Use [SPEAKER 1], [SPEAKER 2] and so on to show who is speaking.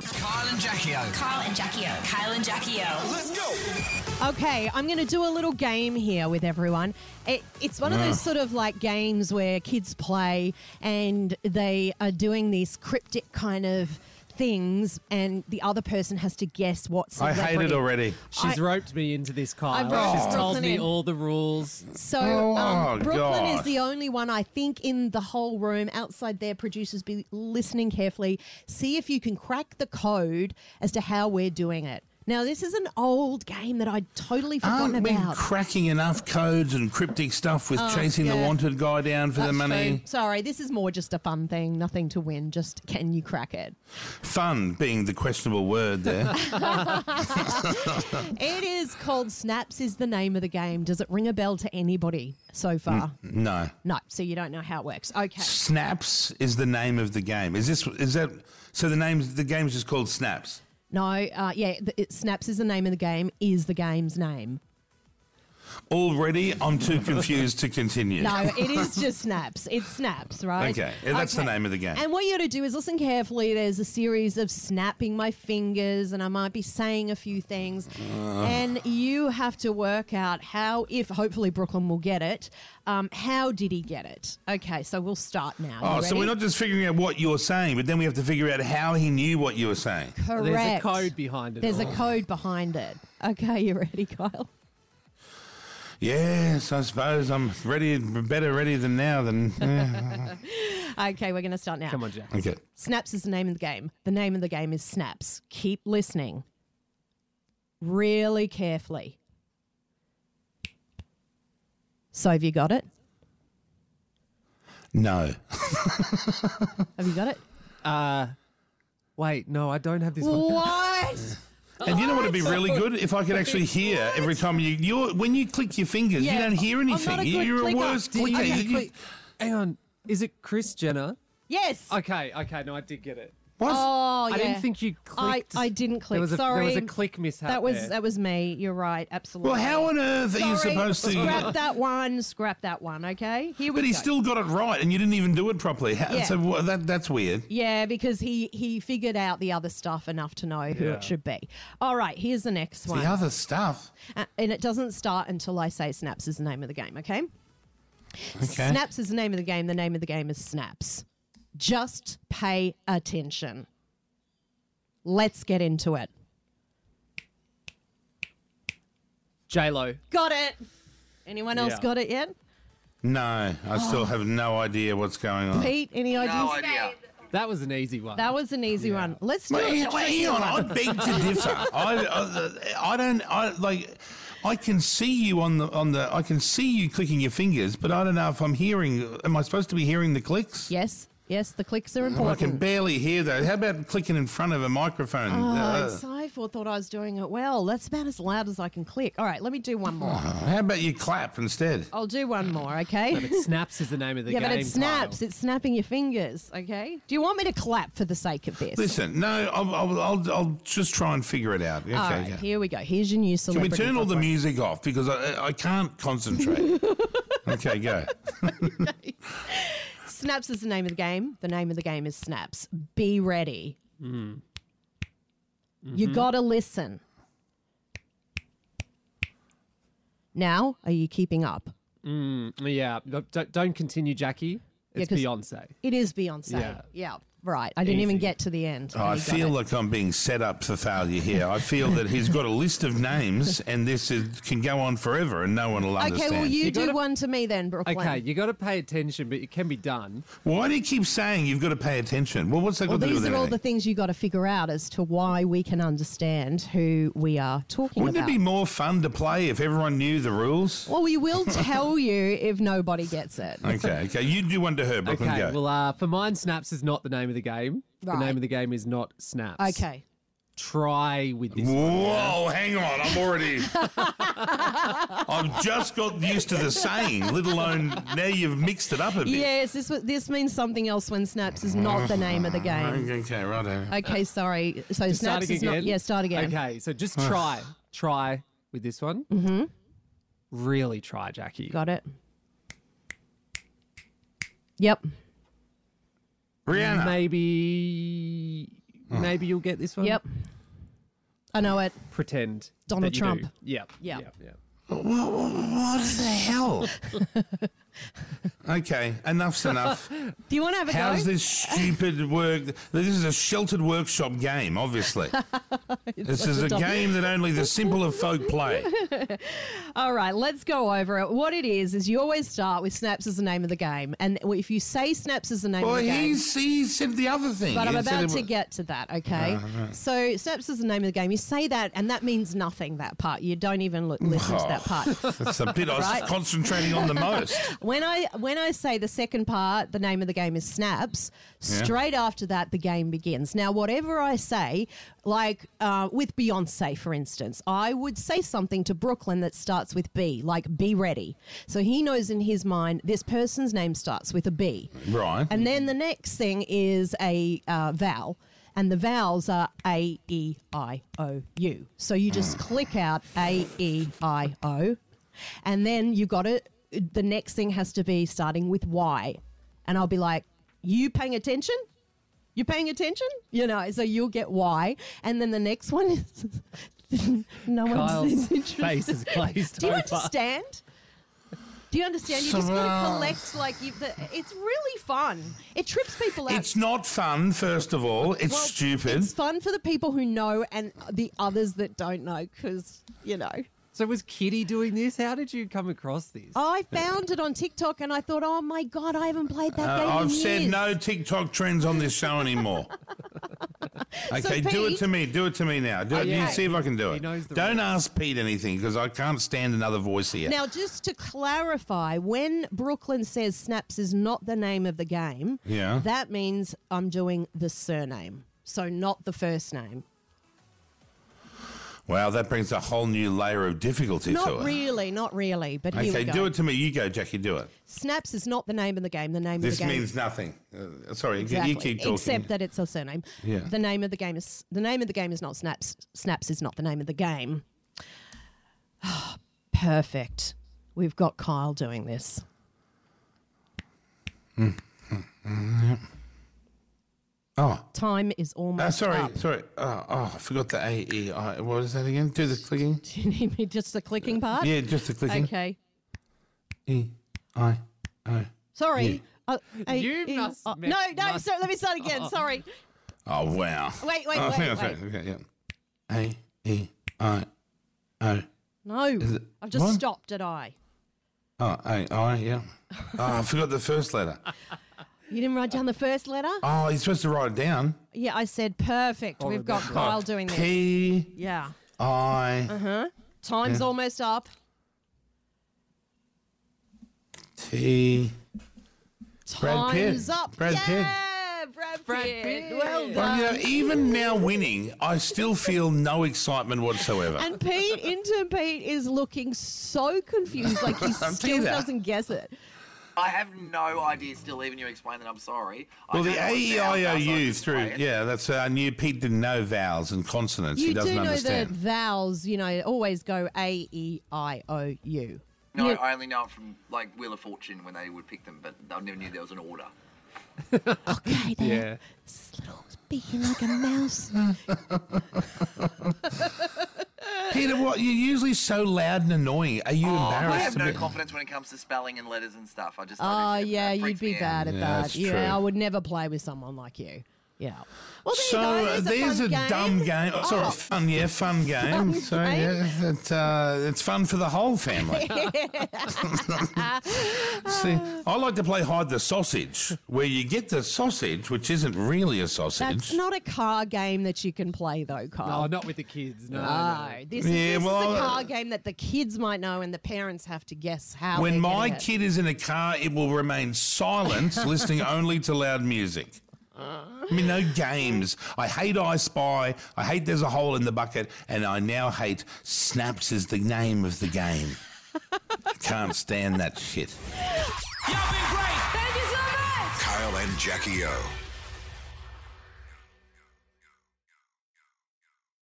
[SPEAKER 1] Kyle and Jackie O.
[SPEAKER 2] Kyle and Jackie O. Kyle and Jackie O.
[SPEAKER 1] Let's go.
[SPEAKER 3] Okay, I'm going to do a little game here with everyone. It, it's
[SPEAKER 4] Ah.
[SPEAKER 3] one of those sort of like games where kids play and they are doing these cryptic kind of things, and the other person has to guess what
[SPEAKER 4] I
[SPEAKER 3] celebrity.
[SPEAKER 4] hate it already.
[SPEAKER 5] She's
[SPEAKER 3] I-
[SPEAKER 5] roped me into this,
[SPEAKER 3] I
[SPEAKER 5] Kyle.
[SPEAKER 3] brought
[SPEAKER 5] She's
[SPEAKER 3] Brooklyn
[SPEAKER 5] told me
[SPEAKER 3] in.
[SPEAKER 5] all the rules.
[SPEAKER 3] So
[SPEAKER 4] Oh,
[SPEAKER 3] um,
[SPEAKER 4] oh,
[SPEAKER 3] Brooklyn is
[SPEAKER 4] God.
[SPEAKER 3] the only one I think in the whole room outside there. Producers be listening carefully. See if you can crack the code as to how we're doing it. Now this is an old game that I'd totally forgotten
[SPEAKER 4] Aren't we
[SPEAKER 3] about.
[SPEAKER 4] cracking enough codes and cryptic stuff with chasing the
[SPEAKER 3] Oh, yeah.
[SPEAKER 4] wanted guy down for the
[SPEAKER 3] That's
[SPEAKER 4] money?
[SPEAKER 3] true. Sorry, this is more just a fun thing, nothing to win. Just can you crack it?
[SPEAKER 4] Fun being the questionable word there.
[SPEAKER 3] It is called Snaps. Is the name of the game. Does it ring a bell to anybody so far?
[SPEAKER 4] no.
[SPEAKER 3] No. So you don't know how it works. Okay.
[SPEAKER 4] Snaps is the name of the game. Is this is that so the name's the game's just called Snaps.
[SPEAKER 3] No. Uh, yeah. th- It, Snaps is the name of the game. Is the game's name?
[SPEAKER 4] Already I'm too confused to continue.
[SPEAKER 3] No, it is just snaps. It's snaps, right?
[SPEAKER 4] Okay, yeah, that's the name of the game.
[SPEAKER 3] And what you got to do is listen carefully. There's a series of snapping my fingers, and I might be saying a few things. And you have to work out how, if hopefully Brooklyn will get it, um, how did he get it? Okay, so we'll start now.
[SPEAKER 4] Oh,
[SPEAKER 3] You
[SPEAKER 4] so we're
[SPEAKER 3] ready?
[SPEAKER 4] not just figuring out what you're saying, but then we have to figure out how he knew what you were saying.
[SPEAKER 3] Correct.
[SPEAKER 5] There's a code behind it.
[SPEAKER 3] There's a
[SPEAKER 4] Oh.
[SPEAKER 5] all.
[SPEAKER 3] code behind it. Okay, you ready, Kyle?
[SPEAKER 4] Yes, I suppose I'm ready, better ready than now than. eh.
[SPEAKER 3] Okay, we're going to start now.
[SPEAKER 5] Come on, Jack.
[SPEAKER 4] Okay.
[SPEAKER 3] Snaps is the name of the game. The name of the game is Snaps. Keep listening really carefully. So, have you got it?
[SPEAKER 4] No.
[SPEAKER 3] Have you got it?
[SPEAKER 5] Wait, no, I don't have this one.
[SPEAKER 3] What?
[SPEAKER 4] And you know what would be really good if I could actually hear every time you you when you click your fingers,
[SPEAKER 3] Yeah,
[SPEAKER 4] you don't hear
[SPEAKER 3] I'm not
[SPEAKER 4] anything.
[SPEAKER 3] a
[SPEAKER 4] You-
[SPEAKER 3] good
[SPEAKER 4] You're a
[SPEAKER 3] clicker.
[SPEAKER 4] worse
[SPEAKER 3] Do you-
[SPEAKER 4] clicker.
[SPEAKER 5] Okay,
[SPEAKER 4] You- you-
[SPEAKER 5] wait, hang on. Is it Chris Jenner?
[SPEAKER 3] yes.
[SPEAKER 5] Okay, okay, no, I did get it.
[SPEAKER 4] what?
[SPEAKER 3] oh, yeah.
[SPEAKER 5] I didn't think you
[SPEAKER 3] I,
[SPEAKER 5] clicked.
[SPEAKER 3] I didn't click.
[SPEAKER 5] There was a,
[SPEAKER 3] Sorry.
[SPEAKER 5] There was a click mishap.
[SPEAKER 3] That was
[SPEAKER 5] there.
[SPEAKER 3] that was me. You're right. Absolutely.
[SPEAKER 4] well, how on earth are you
[SPEAKER 3] Sorry.
[SPEAKER 4] supposed to?
[SPEAKER 3] scrap that one? Scrap that one. Okay. Here we
[SPEAKER 4] But he
[SPEAKER 3] go.
[SPEAKER 4] still got it right, and you didn't even do it properly. How,
[SPEAKER 3] Yeah.
[SPEAKER 4] So wha- that that's weird.
[SPEAKER 3] Yeah, because he he figured out the other stuff enough to know who
[SPEAKER 5] Yeah.
[SPEAKER 3] it should be. All right, here's the next one.
[SPEAKER 4] The other stuff.
[SPEAKER 3] Uh, and it doesn't start until I say Snaps is the name of the game, okay?
[SPEAKER 4] Okay.
[SPEAKER 3] Snaps is the name of the game. The name of the game is Snaps. Just pay attention. Let's get into it.
[SPEAKER 5] J Lo.
[SPEAKER 3] Got it. Anyone else
[SPEAKER 5] Yeah.
[SPEAKER 3] got it yet?
[SPEAKER 4] No, I
[SPEAKER 3] Oh.
[SPEAKER 4] still have no idea what's going on.
[SPEAKER 3] Pete, any ideas?
[SPEAKER 1] No idea.
[SPEAKER 5] That was an easy one.
[SPEAKER 3] That was an easy one. Let's do
[SPEAKER 4] Wait,
[SPEAKER 3] it.
[SPEAKER 4] hang- wait, hang on, I beg to differ. I, uh, I, I don't. I like. I can see you on the on the. I can see you clicking your fingers, but I don't know if I'm hearing. Am I supposed to be hearing the clicks?
[SPEAKER 3] Yes, yes, the clicks are
[SPEAKER 4] I can
[SPEAKER 3] important.
[SPEAKER 4] barely hear though. How about clicking in front of a microphone?
[SPEAKER 3] Oh,
[SPEAKER 4] Uh,
[SPEAKER 3] and Cypher thought I was doing it well. That's about as loud as I can click. All right, let me do one more.
[SPEAKER 4] how about you clap instead?
[SPEAKER 3] I'll do one more, okay?
[SPEAKER 5] Snaps is the name of the
[SPEAKER 3] Yeah,
[SPEAKER 5] game.
[SPEAKER 3] but it snaps.
[SPEAKER 5] Kyle.
[SPEAKER 3] It's snapping your fingers. Okay. Do you want me to clap for the sake of this?
[SPEAKER 4] Listen, no, I'll, I'll, I'll, I'll just try and figure it out. Okay.
[SPEAKER 3] all right.
[SPEAKER 4] okay.
[SPEAKER 3] Here we go. Here's your new
[SPEAKER 4] Can we
[SPEAKER 3] celebrity.
[SPEAKER 4] turn all the
[SPEAKER 3] hotline.
[SPEAKER 4] music off because I, I can't concentrate? okay, go.
[SPEAKER 3] Snaps is the name of the game. The name of the game is Snaps. Be ready.
[SPEAKER 4] Mm.
[SPEAKER 3] You
[SPEAKER 4] Mm-hmm.
[SPEAKER 3] got to listen. Now, are you keeping up?
[SPEAKER 5] Yeah, no, don't, don't continue, Jackie. It's
[SPEAKER 3] 'cause-
[SPEAKER 5] Beyonce.
[SPEAKER 3] It is Beyonce. Yeah.
[SPEAKER 5] Yeah.
[SPEAKER 3] Right. I didn't even
[SPEAKER 5] Easy.
[SPEAKER 3] get to the end.
[SPEAKER 4] Oh, I
[SPEAKER 3] You got
[SPEAKER 4] feel
[SPEAKER 3] it.
[SPEAKER 4] like I'm being set up for failure here. I feel that he's got a list of names and this is, can go on forever and no one will
[SPEAKER 3] Okay,
[SPEAKER 4] understand.
[SPEAKER 3] well, you, do
[SPEAKER 5] gotta-
[SPEAKER 3] one to me then, Brooklyn.
[SPEAKER 5] Okay, you got to pay attention, but it can be done.
[SPEAKER 4] Why do you keep saying you've got to pay attention? Well, what's that
[SPEAKER 3] Well,
[SPEAKER 4] got to do
[SPEAKER 3] these
[SPEAKER 4] with
[SPEAKER 3] are all
[SPEAKER 4] anything?
[SPEAKER 3] the things you got to figure out as to why we can understand who we are talking
[SPEAKER 4] Wouldn't
[SPEAKER 3] about.
[SPEAKER 4] it be more fun to play if everyone knew the rules?
[SPEAKER 3] well, we will tell you if nobody gets it.
[SPEAKER 4] Okay, okay. You do one to her, Brooklyn.
[SPEAKER 5] Okay,
[SPEAKER 4] go.
[SPEAKER 5] well, uh, for mine, Snaps is not the name of the game.
[SPEAKER 3] Right.
[SPEAKER 5] The name of the game is not Snaps.
[SPEAKER 3] Okay.
[SPEAKER 5] Try with this.
[SPEAKER 4] Whoa, hang on. I'm already. I've just got used to the saying, let alone now you've mixed it up a bit.
[SPEAKER 3] Yes, this wa- this means something else when snaps is not the name of the game.
[SPEAKER 4] Okay, right.
[SPEAKER 3] Okay, sorry. So
[SPEAKER 5] Start
[SPEAKER 3] snaps is not. Yeah, start again.
[SPEAKER 5] Okay, so just try. try with this one. Mm-hmm. Really try, Jackie.
[SPEAKER 3] Got it. Yep.
[SPEAKER 4] Rihanna.
[SPEAKER 5] Maybe Maybe you'll get this one.
[SPEAKER 3] Yep. I know it.
[SPEAKER 5] Pretend.
[SPEAKER 3] Donald
[SPEAKER 5] that you
[SPEAKER 3] Trump.
[SPEAKER 5] do. Yep.
[SPEAKER 3] Yep.
[SPEAKER 5] Yep. yep.
[SPEAKER 4] What, what the hell? okay, enough's enough.
[SPEAKER 3] Do you want to have a
[SPEAKER 4] How's
[SPEAKER 3] go?
[SPEAKER 4] this stupid work? This is a sheltered workshop game, obviously. this is a game that only the simple of folk play.
[SPEAKER 3] All right, let's go over it. What it is is you always start with snaps as the name of the game, and if you say snaps as the name
[SPEAKER 4] Well,
[SPEAKER 3] of the game,
[SPEAKER 4] he's, he said the other thing.
[SPEAKER 3] But I'm
[SPEAKER 4] He said
[SPEAKER 3] about
[SPEAKER 4] it
[SPEAKER 3] to
[SPEAKER 4] wa-
[SPEAKER 3] get to that, okay? So, Snaps is the name of the game. You say that, and that means nothing, that part. You don't even look, listen to that part.
[SPEAKER 4] That's the bit I was
[SPEAKER 3] Right.
[SPEAKER 4] concentrating on the most.
[SPEAKER 3] When I when I say the second part, the name of the game is Snaps, straight after that, the game begins. Now, whatever I say, like uh, with Beyonce, for instance, I would say something to Brooklyn that starts with B, like be ready. So he knows in his mind this person's name starts with a B.
[SPEAKER 4] Right.
[SPEAKER 3] And then the next thing is a uh, vowel. And the vowels are A, E, I, O, U. So you just click out A, E, I, O. And then you got it. The next thing has to be starting with Y. And I'll be like, you paying attention? You paying attention? You know, so you'll get Y. And then the next one is no one's
[SPEAKER 5] Kyle's
[SPEAKER 3] interested.
[SPEAKER 5] face is glazed
[SPEAKER 3] Do you
[SPEAKER 5] over.
[SPEAKER 3] understand? Do you understand? You
[SPEAKER 4] So,
[SPEAKER 3] just want
[SPEAKER 4] uh,
[SPEAKER 3] to collect like you, the, it's really fun. It trips people out.
[SPEAKER 4] It's not fun, first of all. It's
[SPEAKER 3] Well,
[SPEAKER 4] stupid.
[SPEAKER 3] It's fun for the people who know and the others that don't know because you know.
[SPEAKER 5] So was Kitty doing this? How did you come across this?
[SPEAKER 3] I found it on TikTok and I thought, oh my god, I haven't played that
[SPEAKER 4] Uh,
[SPEAKER 3] game. in
[SPEAKER 4] I've said
[SPEAKER 3] years.
[SPEAKER 4] no TikTok trends on this show anymore. okay, do
[SPEAKER 3] Pete-
[SPEAKER 4] it to me. Do it to me now. Do it. You
[SPEAKER 5] Okay.
[SPEAKER 4] see if I can do
[SPEAKER 5] He
[SPEAKER 4] it.
[SPEAKER 5] knows the
[SPEAKER 4] Don't
[SPEAKER 5] rules.
[SPEAKER 4] ask Pete anything because I can't stand another voice here.
[SPEAKER 3] Now, just to clarify, when Brooklyn says Snaps is not the name of the game,
[SPEAKER 4] Yeah.
[SPEAKER 3] that means I'm doing the surname, so not the first name.
[SPEAKER 4] wow, that brings a whole new layer of difficulty to
[SPEAKER 3] Not
[SPEAKER 4] it.
[SPEAKER 3] really, not really. But here
[SPEAKER 4] okay,
[SPEAKER 3] we go.
[SPEAKER 4] do it to me. You go, Jackie. Do it.
[SPEAKER 3] Snaps is not the name of the game. The name
[SPEAKER 4] This
[SPEAKER 3] of the game.
[SPEAKER 4] means nothing. Uh, sorry, you-
[SPEAKER 3] Exactly.
[SPEAKER 4] you keep talking.
[SPEAKER 3] Except that it's a surname.
[SPEAKER 4] Yeah.
[SPEAKER 3] The name of the game is the name of the game is not snaps. Snaps is not the name of the game. Perfect. We've got Kyle doing this.
[SPEAKER 4] Mm-hmm. oh,
[SPEAKER 3] Time is almost
[SPEAKER 4] uh, sorry,
[SPEAKER 3] up.
[SPEAKER 4] sorry. Oh, oh, I forgot the A E I. What is that again? Do the clicking.
[SPEAKER 3] Do you need me just the clicking part?
[SPEAKER 4] Yeah, just the clicking.
[SPEAKER 3] Okay.
[SPEAKER 4] E I O.
[SPEAKER 3] Sorry.
[SPEAKER 4] Yeah.
[SPEAKER 3] Uh, I-
[SPEAKER 5] You
[SPEAKER 3] I-
[SPEAKER 5] must
[SPEAKER 3] uh,
[SPEAKER 5] ma-
[SPEAKER 3] no, no.
[SPEAKER 5] must-
[SPEAKER 3] Sorry, let me start again. Sorry.
[SPEAKER 4] Oh wow.
[SPEAKER 3] Wait, wait,
[SPEAKER 4] Oh,
[SPEAKER 3] wait,
[SPEAKER 4] hang on,
[SPEAKER 3] wait.
[SPEAKER 4] sorry. Okay, yeah. A E I O.
[SPEAKER 3] No,
[SPEAKER 4] it-
[SPEAKER 3] I've just
[SPEAKER 4] what?
[SPEAKER 3] stopped at I.
[SPEAKER 4] Oh, A I. Yeah. Oh, I forgot the first letter.
[SPEAKER 3] You didn't write down the first letter.
[SPEAKER 4] Oh, you're supposed to write it down.
[SPEAKER 3] Yeah, I said perfect. We've got
[SPEAKER 5] remember.
[SPEAKER 3] Kyle doing this.
[SPEAKER 4] P
[SPEAKER 3] Yeah.
[SPEAKER 4] I
[SPEAKER 3] Time's almost up. Uh-huh.
[SPEAKER 4] T. Brad Pitt.
[SPEAKER 3] Time's up.
[SPEAKER 4] Brad
[SPEAKER 3] yeah,
[SPEAKER 4] Pitt.
[SPEAKER 3] Brad,
[SPEAKER 5] Brad
[SPEAKER 3] Pitt.
[SPEAKER 5] Pitt.
[SPEAKER 3] Well
[SPEAKER 5] Well,
[SPEAKER 3] done.
[SPEAKER 4] Well, you know, even now winning, I still feel no excitement whatsoever.
[SPEAKER 3] And Pete, intern Pete, is looking so confused, like he still
[SPEAKER 4] Peter.
[SPEAKER 3] doesn't guess it.
[SPEAKER 1] I have no idea still, even you explained that. I'm sorry. I
[SPEAKER 4] well, the E
[SPEAKER 1] know what it sounds like, so I
[SPEAKER 4] AEIOU
[SPEAKER 1] just play
[SPEAKER 4] through,
[SPEAKER 1] it.
[SPEAKER 4] yeah, that's our new Pete didn't know vowels and consonants. he
[SPEAKER 3] You
[SPEAKER 4] doesn't
[SPEAKER 3] do know that
[SPEAKER 4] understand.
[SPEAKER 3] vowels, you know, always go A E I O U.
[SPEAKER 1] No,
[SPEAKER 3] Yeah.
[SPEAKER 1] I only know it from like Wheel of Fortune when they would pick them, but I never knew there was an order.
[SPEAKER 3] Okay, then.
[SPEAKER 5] Yeah.
[SPEAKER 3] This little speaking like a mouse.
[SPEAKER 4] Peter, what? You're usually so loud and annoying. Are you embarrassed?
[SPEAKER 1] I have
[SPEAKER 4] to
[SPEAKER 1] no
[SPEAKER 4] be-
[SPEAKER 1] confidence when it comes to spelling and letters and stuff. I just.
[SPEAKER 3] oh
[SPEAKER 1] I just-
[SPEAKER 3] yeah,
[SPEAKER 1] that
[SPEAKER 3] you'd
[SPEAKER 1] freaks
[SPEAKER 3] be
[SPEAKER 1] me out.
[SPEAKER 3] bad at
[SPEAKER 4] Yeah,
[SPEAKER 3] that.
[SPEAKER 4] that's
[SPEAKER 3] Yeah,
[SPEAKER 4] true.
[SPEAKER 3] I would never play with someone like you. Yeah. Well, there
[SPEAKER 4] So
[SPEAKER 3] you go.
[SPEAKER 4] uh,
[SPEAKER 3] There's
[SPEAKER 4] there's
[SPEAKER 3] a,
[SPEAKER 4] a,
[SPEAKER 3] fun
[SPEAKER 4] dumb game. Oh, sorry, fun, yeah, fun game. so yeah, it, uh, it's fun for the whole family. See, I like to play hide the sausage, where you get the sausage, which isn't really a
[SPEAKER 3] That's
[SPEAKER 4] sausage.
[SPEAKER 3] not a car game that you can play though, Kyle.
[SPEAKER 5] Oh, not with the kids. No.
[SPEAKER 3] No,
[SPEAKER 5] no.
[SPEAKER 3] this is,
[SPEAKER 4] Yeah,
[SPEAKER 3] this
[SPEAKER 4] well,
[SPEAKER 3] is a
[SPEAKER 4] uh,
[SPEAKER 3] car game that the kids might know and the parents have to guess how. they're
[SPEAKER 4] when my
[SPEAKER 3] getting it.
[SPEAKER 4] kid is in a car, it will remain silent, listening only to loud music. I mean, no games. I hate I Spy. I hate There's a Hole in the Bucket. And I now hate Snaps is the name of the game. Can't stand that shit.
[SPEAKER 6] Kyle and Jackie O.